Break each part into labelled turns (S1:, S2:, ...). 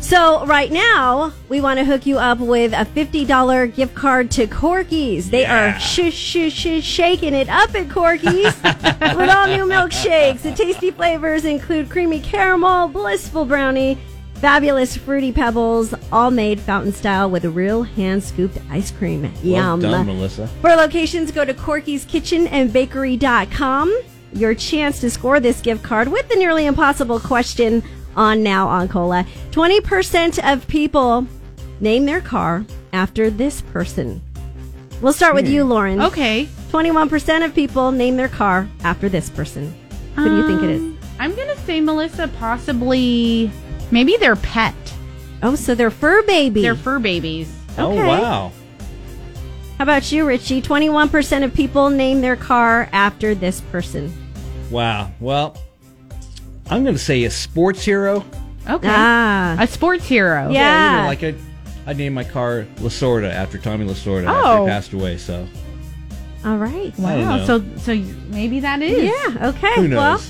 S1: So right now, we want to hook you up with a $50 gift card to Corky's. They
S2: Yeah.
S1: are sh- sh- sh- shaking it up at Corky's with all new milkshakes. The tasty flavors include creamy caramel, blissful brownie, fabulous fruity pebbles, all made fountain style with real hand scooped ice cream.
S2: Well
S1: Yum.
S2: done, Melissa.
S1: For locations, go to Corky's Kitchen and Bakery.com. Your chance to score this gift card with the nearly impossible question on Now on Cola. 20% of people name their car after this person. We'll start with you, Lauren.
S3: Hmm. Okay.
S1: 21% of people name their car after this person. Who do you think it is?
S3: Um, I'm going to say Melissa, possibly maybe their pet,
S1: Oh, so they're fur baby.
S3: their fur babies.
S2: Oh
S1: Okay.
S2: wow.
S1: How about you, Richie? 21% of people name their car after this person.
S2: Wow. Well, I'm going to say a sports hero.
S3: Okay.
S1: Ah.
S3: A sports hero.
S1: Yeah.
S2: you know, like I, I named my car Lasorda after Tommy Lasorda after
S3: Oh.
S2: he passed away. So
S1: All right.
S2: I don't
S3: Wow.
S2: know.
S3: So so maybe that is.
S1: Yeah. Okay.
S2: who knows?
S1: Well,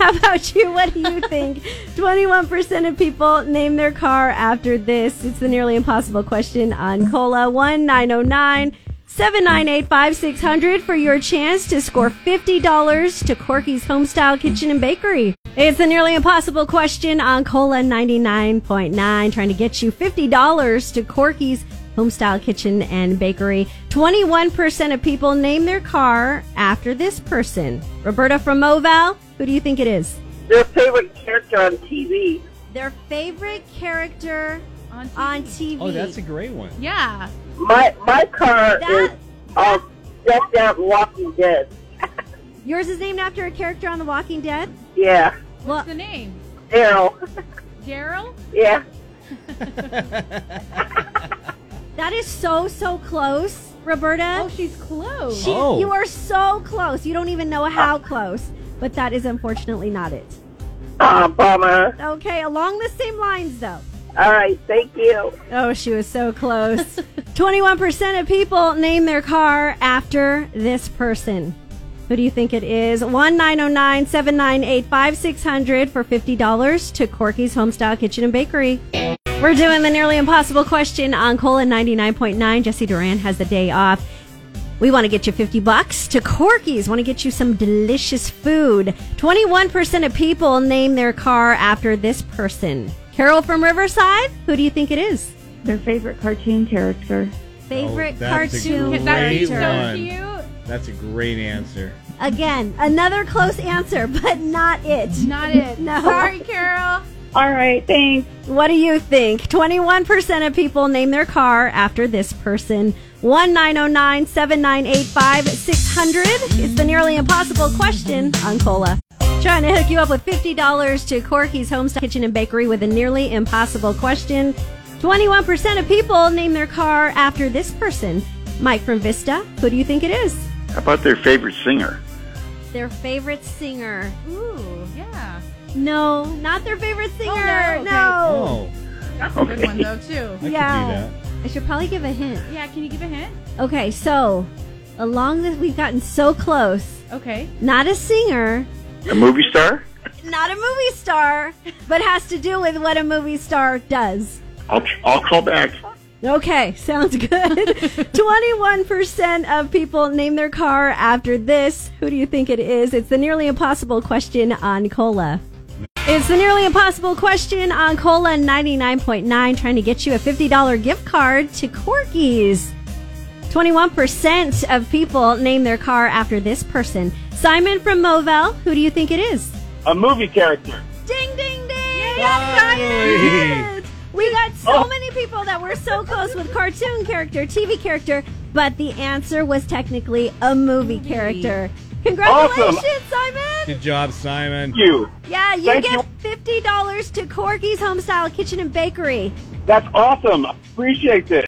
S1: How about you? What do you think? 21% of people name their car after this. It's the nearly impossible question on Cola 1909 798 5600 for your chance to score $50 to Corky's Homestyle Kitchen and Bakery. It's the nearly impossible question on Cola 99.9 trying to get you $50 to Corky's Homestyle Kitchen and Bakery. 21% of people name their car after this person. Roberta from Moval, who do you think it is?
S4: Their favorite character on TV.
S1: Their favorite character
S3: On TV.
S1: on TV.
S2: oh, that's a great one.
S3: Yeah.
S4: My my car
S1: That-
S4: is uh, Death Out Walking Dead.
S1: Yours is named after a character on The Walking Dead?
S4: Yeah,
S1: Well,
S3: What's the name?
S4: Daryl.
S3: Daryl?
S4: yeah,
S1: that is so, so close, Roberta.
S3: Oh, she's close.
S1: She-
S2: Oh.
S1: You are so close. You don't even know how close. But that is unfortunately not it.
S4: oh, bummer.
S1: Okay, along the same lines, though.
S4: All right, thank you.
S1: Oh, she was so close. 21% of people name their car after this person. Who do you think it is? 1909 798 5600 for $50 to Corky's Homestyle Kitchen and Bakery. We're doing the nearly impossible question on Colon 99.9. Jesse Duran has the day off. We want to get you 50 bucks to Corky's. Want to get you some delicious food. 21% of people name their car after this person. Carol from Riverside, who do you think it is?
S5: Their favorite cartoon character.
S1: Favorite
S2: Oh, that's a
S1: cartoon
S2: great
S3: That would be
S1: character.
S3: so
S2: one.
S3: cute.
S2: That's a great answer.
S1: Again, another close answer, but not it.
S3: Not it.
S1: No.
S3: Sorry, Carol.
S5: All right, thanks.
S1: What do you think? 21% of people name their car after this person. 1909 7985 600. It's the nearly impossible question on Cola. Trying to hook you up with $50 to Corky's Homestyle Kitchen and Bakery with a nearly impossible question. 21% of people name their car after this person. Mike from Vista, who do you think it is?
S6: How about their favorite singer?
S1: Their favorite singer.
S3: Ooh, yeah.
S1: No, not their favorite singer.
S3: no, okay.
S1: Oh, no.
S2: Oh,
S3: That's a good one though too.
S2: I
S1: Yeah.
S2: could do
S1: I should probably give a hint.
S3: Yeah, can you give a hint?
S1: Okay, so along this, we've gotten so close.
S3: Okay.
S1: Not a singer,
S6: A movie star?
S1: not a movie star, but has to do with what a movie star does.
S6: I'll, I'll call back.
S1: Okay, sounds good. 21% of people name their car after this. Who do you think it is? It's the nearly impossible question on Cola. It's the nearly impossible question on Cola 99.9 trying to get you a $50 gift card to Corky's. 21% of people name their car after this person. Simon from Movell, who do you think it is?
S4: A movie character.
S1: Ding, ding, ding!
S2: Finally!
S1: We got so many people that were so close with cartoon character, TV character, but the answer was technically a movie character. Congratulations,
S2: that.
S1: Simon!
S2: Good job, Simon.
S4: You.
S1: Yeah, you
S4: Thank
S1: get
S4: you.
S1: fifty dollars to Corky's Homestyle Kitchen and Bakery.
S4: That's awesome. Appreciate it.